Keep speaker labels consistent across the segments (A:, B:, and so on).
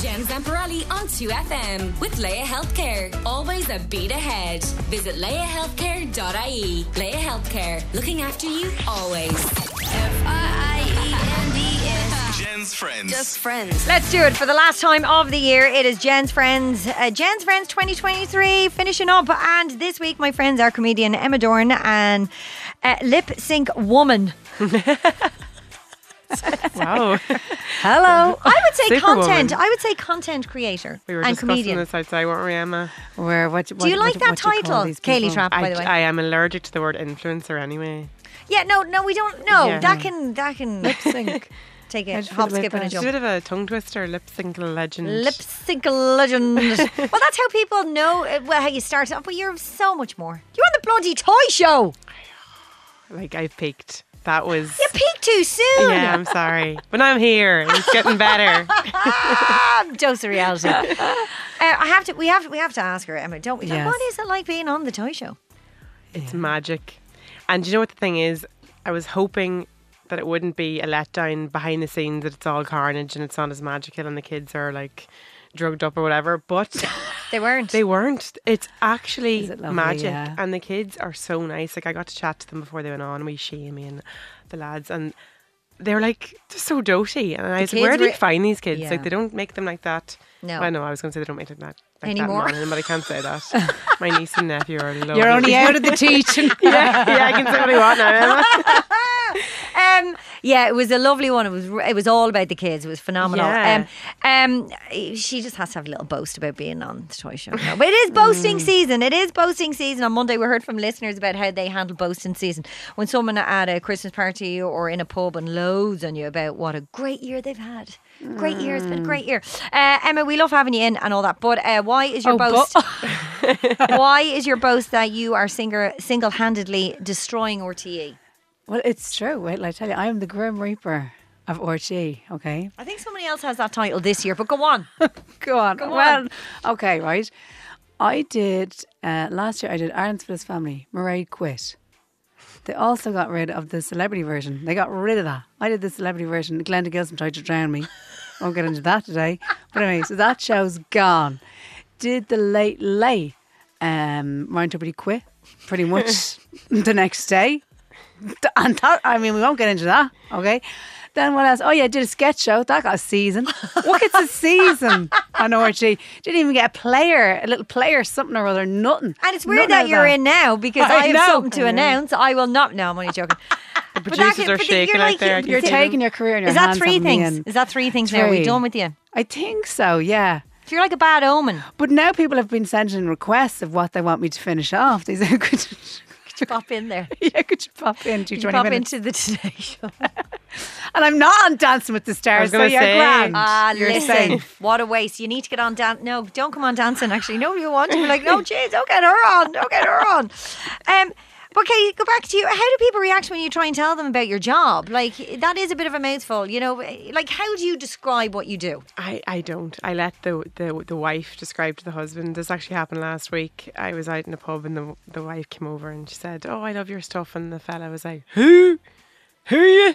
A: Jen Zamperali on 2FM with Leia Healthcare. Always a beat ahead. Visit leiahealthcare.ie. E. Leia Healthcare, looking after you always. E
B: Jen's friends.
C: Just friends.
D: Let's do it for the last time of the year. It is Jen's Friends, uh, Jen's Friends 2023 finishing up. And this week, my friends are comedian Emma Dorn and uh, lip sync woman.
E: Wow.
D: Hello. I would say
E: Superwoman.
D: content. I would say content creator
E: We were
D: and
E: discussing
D: comedian.
E: this outside, weren't we, Emma?
C: Where? What?
D: Do you like that title, Kaylee Trapp? Ah, By
E: I,
D: the way,
E: I am allergic to the word influencer anyway.
D: yeah, no, no, we don't. No,
E: Yeah.
D: that can that can
C: Sync.
D: take
C: How'd
D: it.
C: you feel
D: Hop,
C: about
D: skip, and a
C: that?
E: It's a
D: jump.
E: bit of a tongue twister, lip sync legend.
D: Lip sync legend. well, that's how people know uh, well, how you start off. But you're so much more. You're on the bloody toy show.
E: Like, I've peaked. That was.
D: You peak too soon.
E: Yeah, I'm sorry. But I'm here. It's getting better.
D: Ah, dose of reality. uh, I have to. We have. We have to ask her, Emma, don't we? Like,
C: Yes.
D: What is it like being on the toy show?
E: It's magic. And you know what the thing is? I was hoping that it wouldn't be a letdown behind the scenes that it's all carnage and it's not as magical and the kids are like drugged up or whatever. But
D: They weren't.
E: they weren't. It's actually
C: Is it lovely?
E: magic.
C: Yeah.
E: And the kids are so nice. Like I got to chat to them before they went on, we Shamey and the lads and they're like they're so doty. And I was like,
D: kids
E: Where do you
D: were-
E: find these kids?
D: Yeah.
E: Like they don't make them like that.
D: No.
E: Well, no, I was gonna say they don't make them that like
D: Anymore.
E: That in Ireland, but I can't say that. My niece and nephew are lovely.
C: You're only out of the teaching.
E: yeah, yeah, I can say what I want now. Emma.
D: Um, yeah, it was a lovely one. It was it was all about the kids. It was phenomenal.
E: Yeah.
D: Um, um, she just has to have a little boast about being on the toy show. now. But it is boasting
C: Mm.
D: season. It is boasting season. On Monday, we heard from listeners about how they handle boasting season when someone at a Christmas party or in a pub and loads on you about what a great year they've had. Great year, it's been a great year. Uh, Emma, we love having you in and all that. But uh, why is your
C: Oh, but-
D: boast? why is your boast that you are singer single-handedly destroying E? RTE?
C: Well, it's true. Wait, till I tell you, I am the Grim Reaper of RTE. Okay.
D: I think somebody else has that title this year, but go on.
C: Go on.
D: Go
C: well,
D: on.
C: okay, right. I did uh, last year. I did Ireland's Fittest Family. Murray quit. They also got rid of the celebrity version. They got rid of that. I did the celebrity version. Glenda Gilson tried to drown me. Won't get into that today. But anyway, so that show's gone. Did the late late um, Ryan Tuberty quit pretty much the next day? Th- And that, I mean, we won't get into that, okay? Then what else? Oh, yeah, I did a sketch show. That got a season. What gets a season on RG? Didn't even get a player, a little player, something or other, nothing.
D: And it's weird
C: Nothing
D: that
C: of
D: you're in now because I,
C: I
D: have
C: know.
D: something to announce. I will not. No, I'm only joking. The
E: producers are shaking out there. I can
C: You're taking your career in your
D: Is that
C: hands,
D: three
C: haven't you,
D: things?
C: Ian?
D: Is that three things? Now Are we
C: Three.
D: done with you?
C: I think so, yeah.
D: If you're like a bad omen,
C: But now people have been sending requests of what they want me to finish off. They say, could you, could you,
D: pop in there.
C: yeah, could you pop in, do
D: You
C: 20
D: pop
C: minutes?
D: into the Today Show.
C: and I'm not on Dancing with the Stars,
E: was gonna
C: so you're
E: say.
C: grand.
D: Ah,
C: You're
D: listen,
C: safe.
D: what a waste. You need to get on dance. No, don't come on dancing, actually. No, you want to. Be like, no, jeez, don't get her on. Don't get her on. Um, but Kate, go back to you. How do people react when you try and tell them about your job? Like, that is a bit of a mouthful, you know? Like, how do you describe what you do?
E: I, I don't. I let the, the the wife describe to the husband. This actually happened last week. I was out in a pub and the the wife came over and she said, "Oh, I love your stuff." And the fella was like, "Who? Who are you?"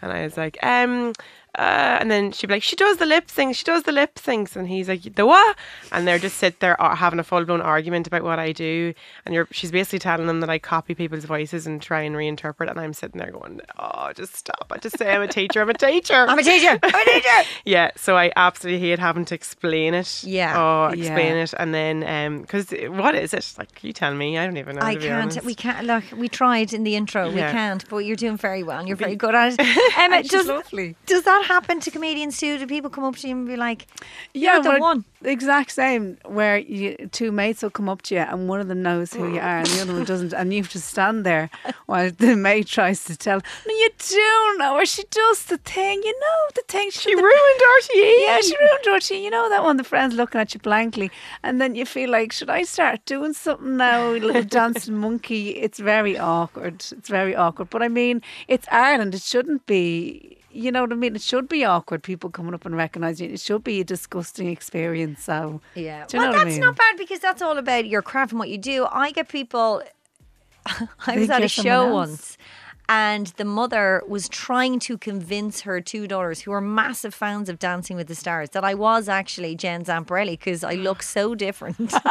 E: And I was like, "Um." Uh, and then she'd be like, "She does the lip sync. She does the lip syncs." And he's like, "The what?" And they're just sit there uh, having a full blown argument about what I do. And you're she's basically telling them that I copy people's voices and try and reinterpret. And I'm sitting there going, "Oh, just stop! I just say I'm a teacher. I'm a teacher.
D: I'm a teacher. I'm a teacher.
E: Yeah, so I absolutely hate having to explain it.
D: Yeah.
E: Oh, explain
C: Yeah.
E: it. And then, because what is it? Like, you tell me. I don't even know.
D: I
E: to be
D: can't.
E: honest.
D: We can't. Look, we tried in the intro. We
E: Yeah.
D: can't. But you're doing very well. and You're very good at it. Emma, does,
C: lovely.
D: does that happen to comedians too? Do people come up to you and be like,
C: Yeah,
D: You're the
C: well,
D: one.
C: The exact same where you, two mates will come up to you and one of them knows who you are and the other one doesn't, and you have to stand there while the mate tries to tell. No, you do know her. She does the thing. You know the thing. She,
E: You
C: the-
E: ruined RTE.
C: Yeah, she ruined Dorothy. You know that one, the friend's looking at you blankly, and then you feel like, should I start doing something now, you little dancing monkey? It's very awkward. It's very awkward. But I mean, it's Ireland. It shouldn't be. You know what I mean? It should be awkward. People coming up and recognising you. It should be a disgusting experience. So
D: Yeah.
C: do you
D: well,
C: know
D: that's
C: what I mean?
D: not bad because that's all about your craft and what you do. I get people. I was
C: Think
D: at a
C: you're someone
D: show
C: else.
D: once. And the mother was trying to convince her two daughters, who are massive fans of Dancing with the Stars, that I was actually Jen Zamparelli because I look so different.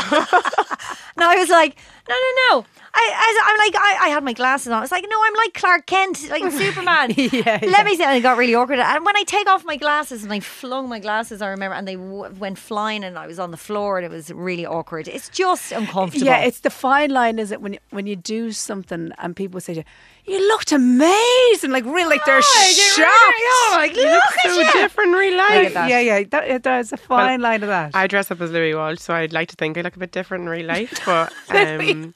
D: And I was like, no, no, no. I, as, I'm like, I, I had my glasses on. I was like, no, I'm like Clark Kent, like Superman. Let me see. And it got really awkward. And when I take off my glasses and I flung my glasses, I remember, and they w- went flying, and I was on the floor, and it was really awkward. It's just uncomfortable.
C: Yeah, it's the fine line, is it? When you, when you do something and people say to you, "You looked amazing," like really, like they're shocked.
D: like, look
E: so different in real
D: Look
E: life.
D: at that.
C: Yeah, yeah, that, yeah, there's a fine
E: Well,
C: line of that.
E: I dress up as Louis Walsh, so I'd like to think I look a bit different in real life. But um,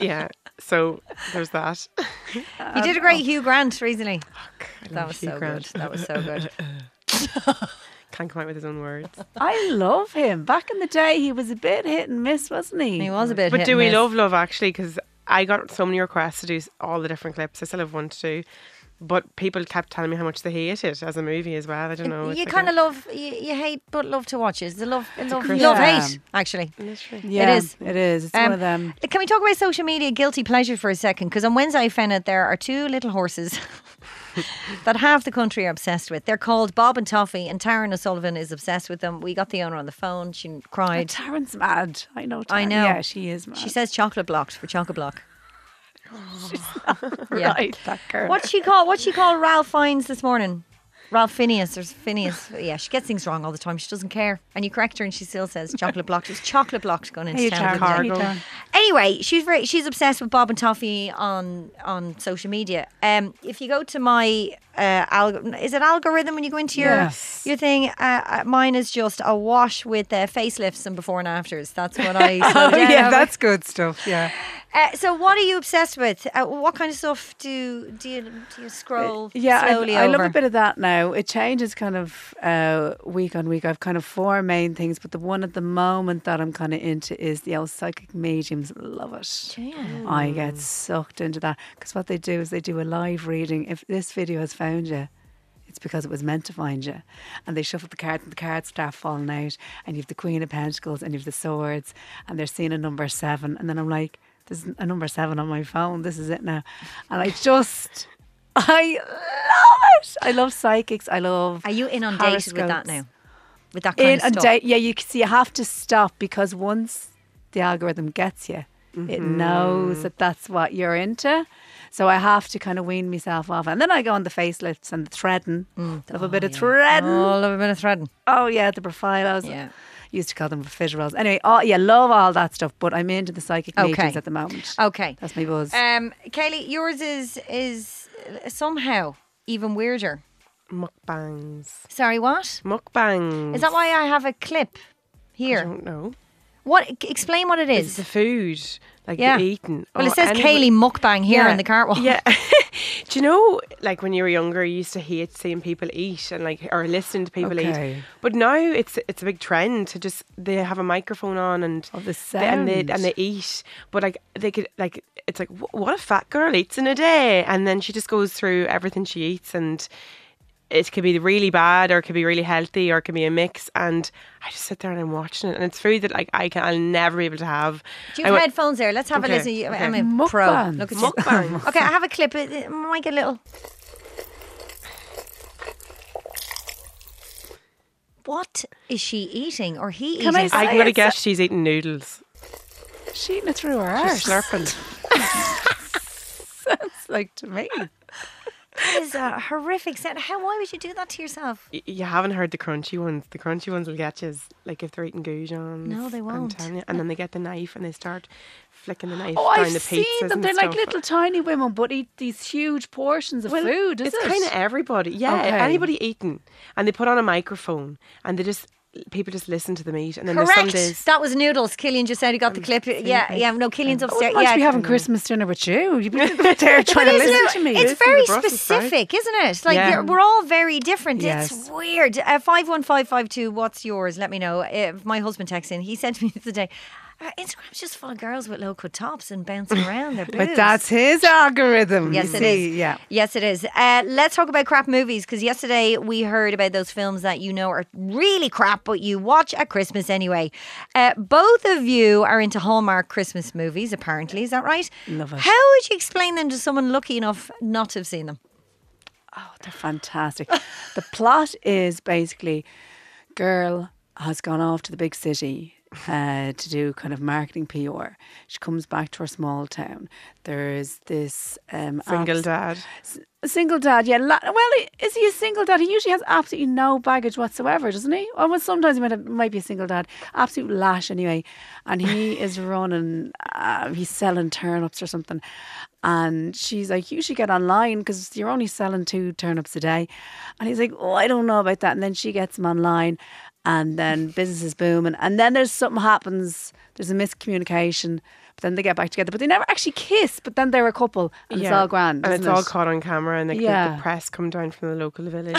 E: yeah, so there's that.
D: You did a great Hugh Grant recently. That
E: love
D: was
E: Hugh
D: so good.
E: Grant.
D: That was so good.
E: Can't come out with his own words.
C: I love him. Back in the day, he was a bit hit and miss, wasn't he?
D: He was a bit.
E: But
D: hit
E: do
D: and
E: we
D: miss.
E: love love actually? Because I got so many requests to do s- all the different clips. I still have one to do, but people kept telling me how much they hate it as a movie as well. I don't know.
D: You kind of love, you, you hate, but love to watch it. It's a love, a love,
E: Christmas.
D: love
C: Yeah.
D: hate actually.
E: literally.
C: Yeah,
D: It is.
C: It is. It's one
D: Um,
C: of them.
D: look, Can we talk about social media guilty pleasure for a second? Because on Wednesday I found out there are two little horses that half the country are obsessed with. They're called Bob and Toffee, and Taryn O'Sullivan is obsessed with them. We got the owner on the phone. She cried.
C: Taryn's mad. I know. Taryn.
D: I know.
C: Yeah, she is mad.
D: She says chocolate blocked for chocolate block. yeah.
C: right, that girl.
D: What's she call? What's she call? Ralph Fiennes this morning. Ralph Phineas. There's Phineas. Yeah, she gets things wrong all the time. She doesn't care. And you correct her, and she still says chocolate blocked. It's chocolate blocked going into
C: Hey,
D: town.
C: Taryn.
D: the other day.
C: Hey,
E: Cargo.
C: Taryn.
D: Anyway, she's very, she's obsessed with Bob and Toffee on on social media. Um, if you go to my uh, alg- is it algorithm when you go into your
C: Yes.
D: your thing? Uh, Uh, mine is just a wash with uh, facelifts and before and afters. That's what I. slow
C: Oh
D: down
C: yeah,
D: over.
C: that's good stuff. Yeah.
D: Uh, so, what are you obsessed with? Uh, what kind of stuff do do you do you scroll
C: Uh, Yeah, I-
D: slowly
C: I,
D: over?
C: love a bit of that now. It changes kind of uh, week on week. I've kind of four main things, but the one at the moment that I'm kind of into is the old psychic mediums. Love it. I get sucked into that because what they do is they do a live reading. If this video has found you, it's because it was meant to find you. And they shuffle the cards, and the cards start falling out. And you've the Queen of Pentacles, and you've the Swords, and they're seeing a number seven. And then I'm like, there's a number seven on my phone. This is it now. And I just, I love it. I love psychics. I love.
D: Are you inundated with that
C: horoscopes.
D: now? With that kind
C: In
D: of
C: and
D: stuff?
C: out. Yeah, you c- see, you have to stop because once the algorithm gets you, it knows that that's what you're into. So I have to kind of wean myself off, and then I go on the facelifts and the threading. Love a bit of threading.
D: Oh, I love a bit of threading.
C: Oh yeah, the profilos.
D: Yeah.
C: Used to call them fish rolls. Anyway, oh yeah, love all that stuff. But I'm into the psychic
D: Okay.
C: mediums at the moment.
D: Okay.
C: that's my buzz.
D: Um, Kaylee, yours is is somehow even weirder.
E: Mukbangs.
D: Sorry, what?
E: Mukbangs.
D: Is that why I have a clip
E: I
D: here?
E: don't know.
D: What? c- Explain what it
E: It's
D: is.
E: the food, like
D: yeah.
E: the eating.
D: Well,
E: Oh,
D: it says
E: anyone-
D: Kaylee mukbang here
E: Yeah.
D: on the cartwheel.
E: Yeah. Do you know, like when you were younger, you used to hate seeing people eat and like or listening to people
C: Okay.
E: eat. But now it's it's a big trend to just they have a microphone on and
C: Oh, the
E: they- and they
C: sound.
E: and they eat. But like they could like it's like "Wh- what a fat girl eats in a day, and then she just goes through everything she eats and. It could be really bad, or it could be really healthy, or it could be a mix. And I just sit there and I'm watching it, and it's food that like I can I'll never be able to have.
D: Do
E: I
D: you have
E: went-
D: headphones there? Let's have
E: Okay,
D: a listen. You-
E: okay.
D: I'm a pro.
C: Mukbang.
D: Look at you.
E: Mukbang.
D: Okay, I have a clip. It, it might get a little. What is she eating or he
C: Can I
D: eating?
C: say-
E: I'm gonna
C: It's-
E: guess she's eating noodles.
C: She's eating it through her arse.
E: Slurping.
C: It's like to me.
D: That is a horrific sound. How? Why would you do that to yourself?
E: Y- You haven't heard the crunchy ones. The crunchy ones will get you. Like if they're eating goujons.
D: No, they
E: I'm
D: won't.
E: telling you. And then they get the knife and they start flicking the knife
C: Oh,
E: down
C: I've
E: the
C: seen
E: pizzas
C: them.
E: and
C: They're like
E: stuff.
C: little tiny women, but eat these huge portions of food. Is
E: it's
C: it?
E: kind of everybody. Yeah,
C: Okay.
E: anybody eating, and they put on a microphone and they just people just listen to them eat. And then there's some
D: Correct.
E: days.
D: That was noodles. Killian just said he
C: Um,
D: got the clip. Yeah, yeah. No, Killian's
C: I wouldn't
D: upstairs.
C: want
D: Yeah.
C: to be having Christmas dinner with you. You'd be there trying to
D: Isn't
C: listen
D: it-
C: to me.
D: It's
E: Listen to
D: very
E: the Brussels sprout.
D: specific, isn't it? Like
E: Yeah.
D: you're- we're all very different. It's
C: Yes.
D: weird. Uh, Five one five five two. What's yours? Let me know. Uh, my husband texts in. He said to me the other day. Our Instagram's just full of girls with low cut tops and bouncing around their boobs.
C: But that's his algorithm.
D: Yes,
C: you
D: it
C: see,
D: is.
C: Yeah.
D: Yes, it is. Uh, let's talk about crap movies because yesterday we heard about those films that you know are really crap, but you watch at Christmas anyway. Uh, both of you are into Hallmark Christmas movies, apparently. Is that right?
C: Love it.
D: How would you explain them to someone lucky enough not to have seen them?
C: Oh, they're fantastic. the plot is basically girl has gone off to the big city uh, to do kind of marketing PR. She comes back to her small town. There's this um,
E: Single
C: abs-
E: dad.
C: s- single dad. Yeah, la- well, i- is he a single dad? He usually has absolutely no baggage whatsoever, doesn't he? Or well, sometimes he might, have, might be a single dad. Absolute lash, anyway. And he is running. Uh, he's selling turnips or something. And she's like, you should get online because you're only selling two turnips a day. And he's like, oh, I don't know about that. And then she gets him online, and then business is booming. And then there's something happens. There's a miscommunication. But then they get back together, but they never actually kiss. But then they're a couple, and it's all grand.
E: And it's
C: isn't
E: all
C: it?
E: caught on camera, and like, the- the,
C: Yeah.
E: press come down from the local village.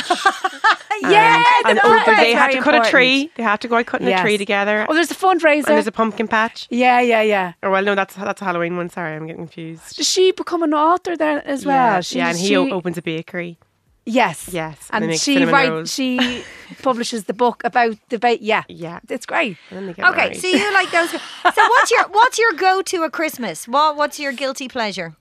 C: Yeah,
E: and
C: the
E: oh,
C: artwork's
E: they had
C: very
E: to cut a
C: important.
E: tree. They had to go out cutting a
C: Yes.
E: tree together.
C: Oh, there's a fundraiser.
E: and there's a pumpkin patch.
C: yeah, yeah, yeah.
E: Or Oh, well, no, that's that's a Halloween one. Sorry, I'm getting confused.
C: Does she become an author there as well?
E: yeah,
C: she,
E: yeah, and he
C: she-
E: o- opens a bakery.
C: Yes,
E: Yes, and they
C: and
E: make
C: she
E: cinnamon
C: writes.
E: rolls.
C: She publishes the book about the ba- yeah,
E: Yeah.
C: It's great.
E: And then they get
D: Okay,
E: married.
D: so you like those. So what's your what's your go to at Christmas? What what's your guilty pleasure?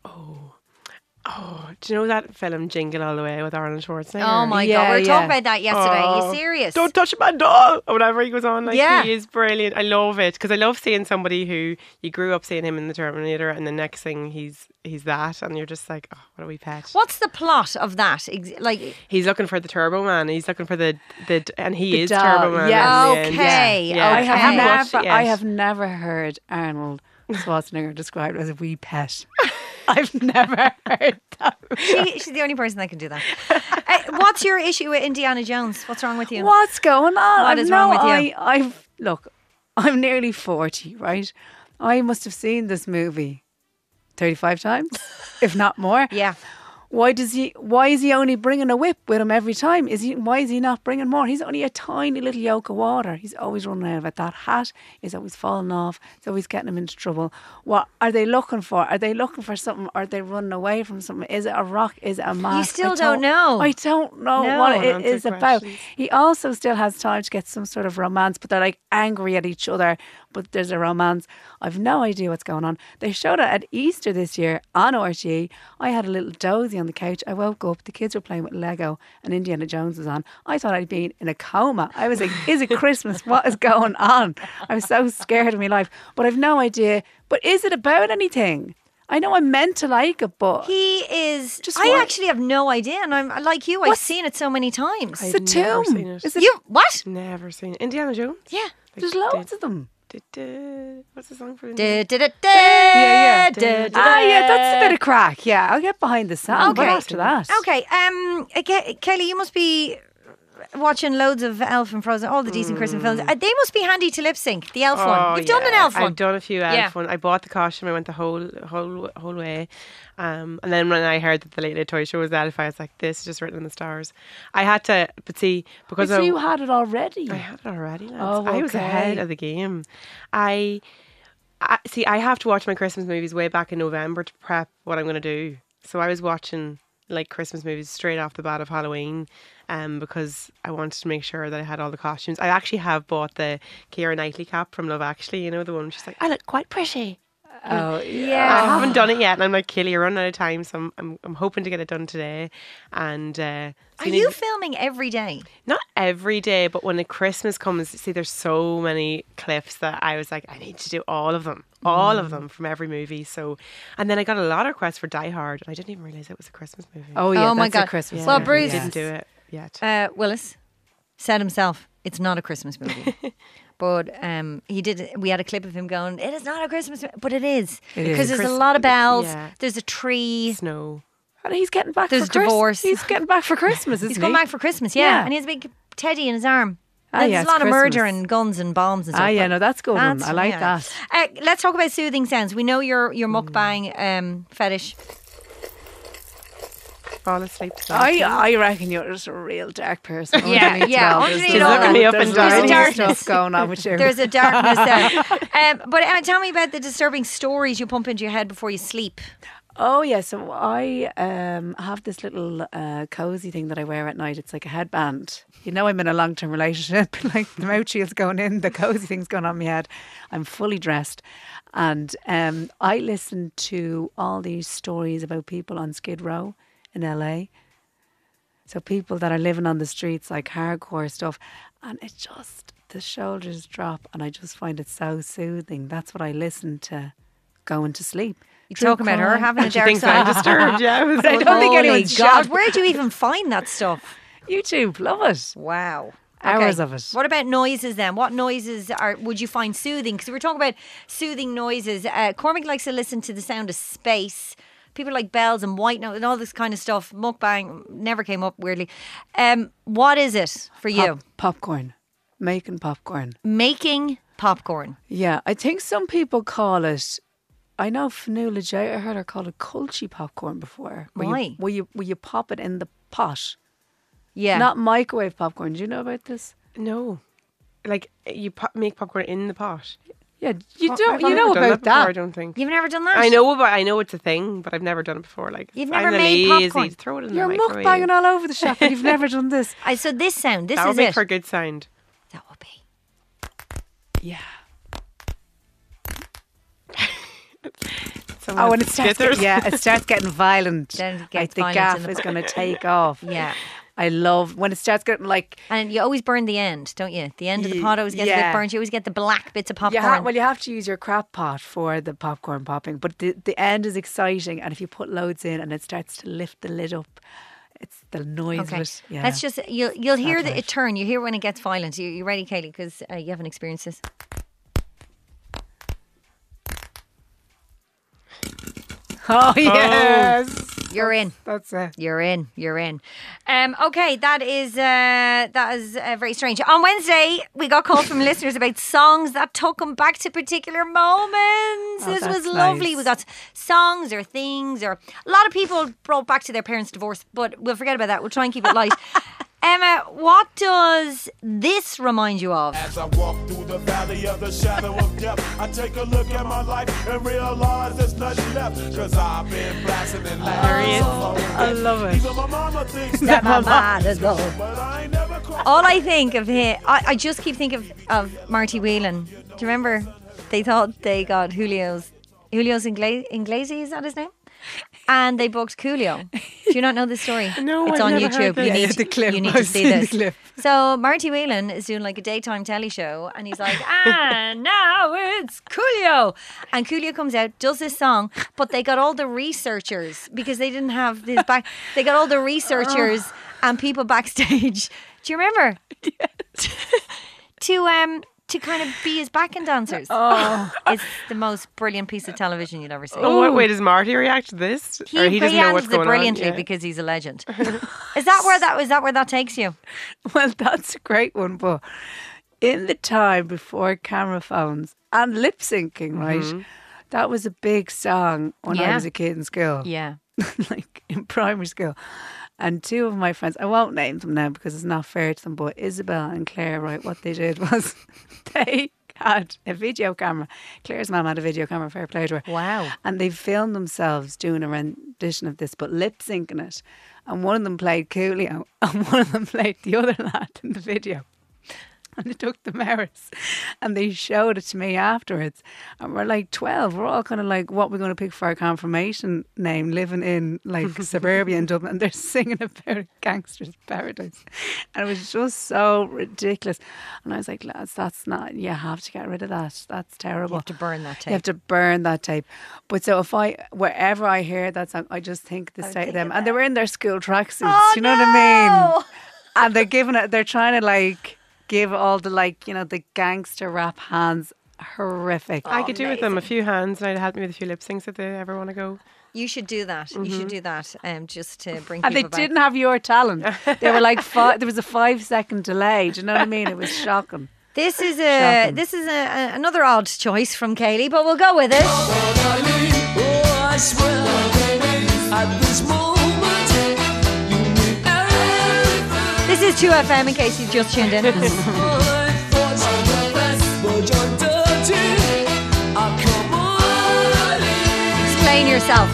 E: Oh, do you know that film Jingle All the Way with Arnold Schwarzenegger?
D: Oh my god,
C: Yeah,
D: we were
C: yeah.
D: talking about that yesterday. Are
E: Oh,
D: you serious?
E: Don't touch my doll or whatever he goes on. Like
D: Yeah.
E: he is brilliant. I love it because I love seeing somebody who you grew up seeing him in the Terminator, and the next thing he's he's that, and you're just like, oh, what a wee pet.
D: What's the plot of that? Ex- Like,
E: He's looking for the Turbo Man. He's looking for the the and he
C: The
E: is
C: doll,
E: Turbo Man. in
C: yes.
E: the end.
D: Okay,
E: Yeah.
C: I
D: okay.
C: have
E: haven't watched
C: never.
E: it
C: I
E: yet.
C: have never heard Arnold Schwarzenegger described as a wee pet. I've never heard that.
D: she, she's the only person that can do that. Uh, what's your issue with Indiana Jones? What's wrong with you?
C: What's going on?
D: What
C: I've
D: is wrong
C: no
D: with you?
C: I, I've look. I'm nearly forty, right? I must have seen this movie thirty-five times, if not more.
D: Yeah.
C: Why does he? Why is he only bringing a whip with him every time? Is he? Why is he not bringing more? He's only a tiny little yoke of water. He's always running out of it. That hat is always falling off. It's always getting him into trouble. What are they looking for? Are they looking for something? Are they running away from something? Is it a rock? Is it a mask? I
D: still don't know.
C: I don't know
D: No.
C: what it
E: Unanswered
C: is about.
E: questions.
C: He also still has time to get some sort of romance, but they're like angry at each other. But there's a romance. I've no idea what's going on. They showed it at Easter this year on RTE. I had a little dozy on the couch. I woke up. The kids were playing with Lego, and Indiana Jones was on. I thought I'd been in a coma. I was like, "Is it Christmas? What is going on?" I was so scared of my life, but I've no idea. But is it about anything? I know I'm meant to like it, but
D: He is.
C: Just
D: I
C: what?
D: actually have no idea, and I'm like you. I've
C: What's-
D: seen it so many times.
C: it's a
E: never
C: tomb.
E: seen it.
C: Is it-
D: you what?
E: Never seen it. Indiana Jones.
D: Yeah.
C: there's loads of them.
E: Did, did, what's the song for?
D: Da, da, da, da,
E: yeah.
D: da, da,
C: Ah, yeah,
D: da.
C: that's a bit of crack. Yeah, I'll get behind the sound. But
D: Okay.
C: after that,
D: Okay. Um. Ke- Kelly, you must be watching loads of Elf and Frozen, all the decent Christmas films. Uh, they must be handy to lip sync. The Elf one. You've done an
E: Oh, yeah.
D: Elf one.
E: I've done a few elf
D: Yeah.
E: one. I bought the costume. I went the whole whole whole way, um, and then when I heard that the Late Late Toy Show was elf, I was like, "This is just written in the stars." I had to, but see, because I,
C: so you had it already.
E: I had it already. Lads.
C: Oh,
E: I was ahead
C: okay.
E: of the game. I, I see. I have to watch my Christmas movies way back in November to prep what I'm going to do. So I was watching like Christmas movies straight off the bat of Halloween, um, because I wanted to make sure that I had all the costumes. I actually have bought the Keira Knightley cap from Love Actually. You know the one she's like, I look quite pretty.
C: Oh, yeah.
E: I
D: yeah.
E: haven't done it yet, and I'm like, Kelly, you're running out of time. So I'm, I'm, I'm hoping to get it done today. And uh,
D: Are
E: so
D: you
E: need-
D: filming every day?
E: not every day, but when the Christmas comes, see, there's so many clips that I was like, I need to do all of them, all
C: Mm.
E: of them from every movie. So, and then I got a lot of requests for Die Hard, and I didn't even realize it was a Christmas movie.
C: Oh, yeah.
D: Oh, my
C: that's
D: God.
C: A Christmas
D: Well,
C: movie,
D: Bruce-
E: didn't
C: yes.
E: do it yet.
D: Uh, Willis said himself, "It's not a Christmas movie." but um, he did. We had a clip of him going, "It is not a Christmas, mo-" but it is
C: It
D: because
C: is.
D: there's a
E: Christ-
D: lot of bells.
E: yeah.
D: There's a tree.
E: Snow.
C: And he's getting back.
D: There's
C: for Christ-
D: divorce.
C: He's getting back for Christmas. Isn't
D: He's
C: he?
D: come back for Christmas, yeah.
C: Yeah.
D: and he has a big teddy in his arm.
C: Ah,
D: there's
C: yeah,
D: a
C: it's
D: lot of murder
C: Christmas.
D: and guns and bombs and stuff.
C: Ah, yeah,
D: but
C: no, that's a good. one.
D: that's-
C: I like
D: yeah.
C: that. Mm.
D: Uh, let's talk about soothing sounds. We know your your mukbang um, fetish.
E: fall asleep. to that.
C: I, I reckon you're just a real dark person.
D: Yeah,
C: underneath it
D: yeah,
C: all.
D: underneath
C: there's
E: all
C: lots-
E: that. Look me up
C: there's
E: and
C: lots
E: down.
C: of
D: There's a darkness.
C: stuff going on with you.
D: There's a darkness there. Um, but uh, tell me about the disturbing stories you pump into your head before you sleep.
C: Oh yeah, so I um, have this little uh, cozy thing that I wear at night. It's like a headband. You know, I'm in a long-term relationship. like the mochi is going in, the cozy thing's going on my head. I'm fully dressed, and um, I listen to all these stories about people on Skid Row in LA. So people that are living on the streets, like hardcore stuff, and it just the shoulders drop, and I just find it so soothing. That's what I listen to going to sleep.
D: You
C: True
D: talk about her
C: crime.
D: having a
E: She
D: dark
E: thinks I'm
D: side.
E: disturbed. Yeah, I was
C: I don't think
D: Holy
C: anyone's
D: God,
C: shocked.
D: Where do you even find that stuff?
C: YouTube, love it.
D: Wow.
C: Hours of it.
D: What about noises then? What noises are would you find soothing? Because we were talking about soothing noises. Uh, Cormac likes to listen to the sound of space. People like bells and white noise and all this kind of stuff. Mukbang never came up weirdly. Um, what is it for you?
C: Pop- popcorn, making popcorn.
D: Making popcorn.
C: Yeah, I think some people call it. I know Fanula J. I heard her call it culchy popcorn before. Where
D: Why?
C: You, where you where you pop it in the pot,
D: Yeah.
C: not microwave popcorn. Do you know about this?
E: No, like you pop, make popcorn in the pot.
C: Yeah, you
E: Oh, I've
C: don't. You
E: never
C: know
E: done that.
C: about
E: before, I
C: that.
E: don't think.
D: You've never done that.
E: I know, but I know it's a thing, but I've never done it before. Like
D: You've
E: I'm
D: never made
E: lazy.
D: popcorn.
E: Throw it in
C: You're
E: the microwave.
C: mukbanging all over the shop, and you've never done this.
D: I so this sound. This
E: That
D: is
E: would make
D: it.
E: for a good sound.
D: that would be.
C: Yeah.
E: Someone
C: Oh, and
E: has
C: it starts.
E: skitters.
C: Get, yeah, it starts getting violent.
D: Then it
C: like
D: gets
C: the
D: violent in
C: gaff
D: the-
C: is going to take off.
D: Yeah.
C: I love when it starts getting like
D: And you always burn the end, don't you? The end of the
C: Ye-
D: pot always gets a bit
C: yeah.
D: burnt. You always get the black bits of
C: You
D: popcorn.
C: ha- well, you have to use your crap pot for the popcorn popping, but the, the end is exciting. And if you put loads in and it starts to lift the lid up, it's the noise
D: Okay,
C: of it. Yeah.
D: that's just you'll you'll hear the,
C: Satellite.
D: it turn. You hear when it gets violent. You, you ready, Kaylee? Because uh, you haven't experienced this.
C: Oh, yes.
D: You're in.
C: That's it.
D: You're in. You're in. Um, okay, that is uh, that is uh, very strange. On Wednesday, we got calls from listeners about songs that took them back to particular moments.
C: Oh,
D: this was
C: that's
D: lovely.
C: nice.
D: We got songs or things or a lot of people brought back to their parents' divorce, but we'll forget about that. We'll try and keep it light. Emma, what does this remind you of?
F: As I walk through the valley of the shadow of death, I take a look at my life and realize there's nothing left. Cause I've been blasting and laughing. I love it. Even my mama thinks that,
D: My mind is gone.
F: but I ain't never crossed.
D: All I think of him, I, I just keep thinking of, of Marty Whelan. Do you remember? They thought they got Julio's, Julio's Ingla- Inglesi, is that his name? And they booked Coolio. Do you not know this story?
E: No,
D: it's
E: I've
D: on
E: never
D: YouTube.
E: heard this.
D: You
E: Yeah,
D: need,
E: yeah, the clip.
D: You need to
E: I've
D: see
E: seen the
D: this.
E: clip.
D: So Marty Whelan is doing like a daytime telly show, and he's like, "And now it's Coolio," and Coolio comes out, does this song, but they got all the researchers because they didn't have this back. They got all the researchers
E: Oh.
D: and people backstage. Do you remember? to um to kind of be his backing dancers. Oh, it's the most brilliant piece of television you'd ever see.
E: Oh, what way does Marty react to this?
D: He,
E: or he doesn't know
D: rehandles
E: what's
D: it
E: going
D: brilliantly
E: on. Yeah.
D: because he's a legend. is that where that is that where that takes you?
C: Well, that's a great one. But in the time before camera phones and lip syncing, right? That was a big song when
D: Mm-hmm. Yeah.
C: I was a kid in school.
D: Yeah.
C: like in primary school. And two of my friends, I won't name them now because it's not fair to them, but Isabel and Claire, right, what they did was they had a video camera. Claire's mum had a video camera, fair play to her.
D: Wow.
C: And they filmed themselves doing a rendition of this, but lip syncing it. And one of them played Coolio and one of them played the other lad in the video. And it took them hours. And they showed it to me afterwards. And we're like 12. We're all kind of like, what we're going to pick for our confirmation name, living in like suburbia in Dublin. And they're singing about a gangster's paradise. And it was just so ridiculous. And I was like, lads, that's not, you have to get rid of that. That's terrible.
D: to burn that
C: You have to burn that tape. But so if I, wherever I hear that song, I just think the state of Oh, them. And they were in their school tracksuits. you know what I mean?
D: no!
C: and they're giving it. They're trying to like give all the like you know the gangster rap hands. Horrific.
E: I could do with them a few hands, and I'd help me with a few lip syncs if they ever want to go.
D: You should do that. You
E: Mm-hmm.
D: should do that um, just to bring
C: and they
D: people back.
C: didn't have your talent. They were like five, there was a five second delay. Do you know what I mean? It was shocking.
D: This is a
C: Shocking.
D: this is a, a- another odd choice from Kaylee, but we'll go with it.
G: I swear, baby, at this moment,
D: This is 2FM in case you just tuned in. Explain yourself.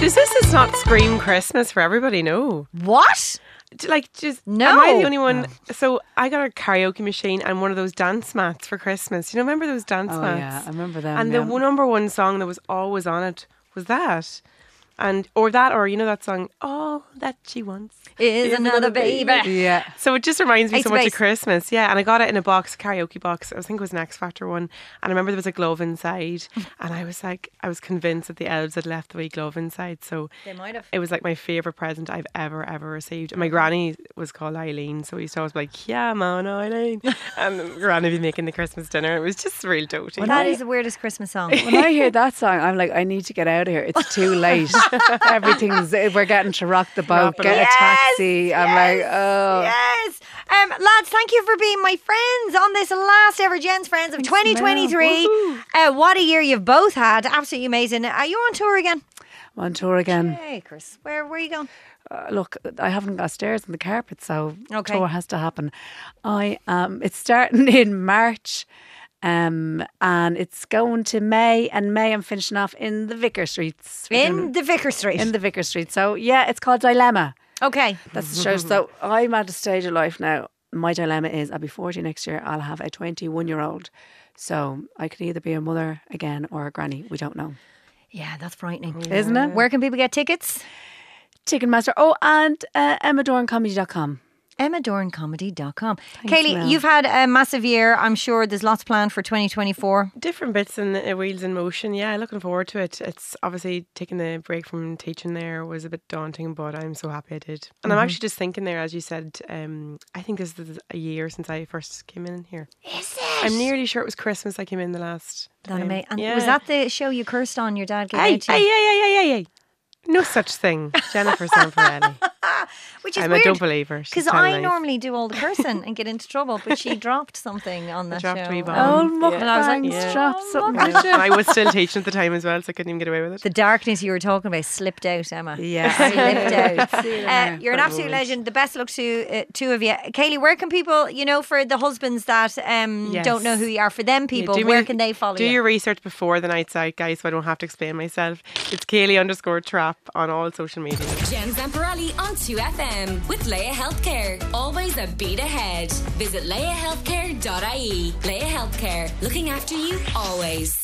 E: This is it's not Scream Christmas for everybody, no.
D: What?
E: D- Like, just.
D: No.
E: Am I the only one? So I got a karaoke machine and one of those dance mats for Christmas. You know, remember those dance
C: Oh,
E: mats?
C: yeah, I remember them,
E: And
C: yeah.
E: the one- number one song that was always on it was that. And, or that, or you know that song, All That She Wants.
D: Is another baby.
C: Yeah.
E: So it just reminds me
D: Ace
E: so much
D: of
E: of
D: Base.
E: Christmas. Yeah, and I got it in a box, karaoke box. I think it was an X Factor one. And I remember there was a glove inside. and I was like, I was convinced that the elves had left the wee glove inside. So
D: They might have. Mm.
E: it was like my favourite present I've ever, ever received. And my granny was called Eileen. So we used to always be like, yeah, man, Eileen. and granny would be making the Christmas dinner. It was just real doting.
D: That is the weirdest Christmas song.
C: When I hear that song, I'm like, I need to get out of here. It's too late. Everything's we're getting to rock the boat.
E: Dropping
C: Get
E: it.
C: a taxi. I'm like, oh,
D: Yes. Um, lads, thank you for being my friends on this last ever Jen's Friends of 2023. Uh, what a year you've both had. Absolutely amazing. Are you on tour again?
C: I'm on tour again.
D: Hey, Chris, where, where are you going?
C: Uh, look, I haven't got stairs in the carpet, so
D: Okay.
C: tour has to happen. I um, it's starting in March. Um, and it's going to May, and May I'm finishing off in the Vicar Streets. We're doing-
D: In the Vicar Street.
C: in the Vicar Street. So yeah, it's called Dilemma.
D: okay.
C: That's the show. So I'm at a stage of life now. My dilemma is I'll be 40 next year. I'll have a 21 year old. So I could either be a mother again or a granny. We don't know.
D: Yeah, that's frightening.
C: Isn't it?
D: Where can people get tickets?
C: Ticketmaster. Oh, and uh, emmadorncomedy.com.
D: EmmaDornComedy.com. Kaylee,
C: Mel.
D: you've had a massive year. I'm sure there's lots planned for 2024.
E: different bits and uh, wheels in motion. Yeah, looking forward to it. It's obviously taking the break from teaching there was a bit daunting, but I'm so happy I did. And
D: Mm-hmm.
E: I'm actually just thinking there, as you said, um, I think this is a year since I first came in here. Is it? I'm nearly sure it was Christmas I came in the last.
D: That
E: time.
D: ama- and
E: Yeah.
D: was that the show you cursed on your dad gave
E: Hey,
D: out to
E: hey,
D: you?
E: hey, hey, hey, hey, hey. No such thing, Jennifer Sanforelli.
D: Which is
E: I'm
D: weird.
E: a don't believer. She's
D: Because I
E: telling lies.
D: normally do all the cursing and get into trouble, but she dropped something on that
E: dropped a
D: show.
E: wee bomb.
C: Oh,
E: Um,
C: mukbangs
D: And I was like,
C: dropped
D: oh,
C: something.
E: Yeah. And I was still teaching at the time as well, so I couldn't even get away with it.
D: The darkness you were talking about slipped out, Emma.
C: Yeah.
D: Slipped out.
C: See you
D: Uh,
C: there.
D: you're an absolute legend. The best luck to uh, two of you. Kaylee, where can people, you know, for the husbands that um,
E: Yes.
D: don't know who you are, for them
E: Yeah,
D: people,
E: do
D: where
E: me-
D: can they follow
E: Do
D: you?
E: your research before the night's out, guys, so I don't have to explain myself. It's Kaylee underscore trap on all social media.
A: Jen Zamperali on 2FM with Leia Healthcare. Always a beat E. ahead. Visit leiahealthcare.ie. Leia Healthcare, looking after you always.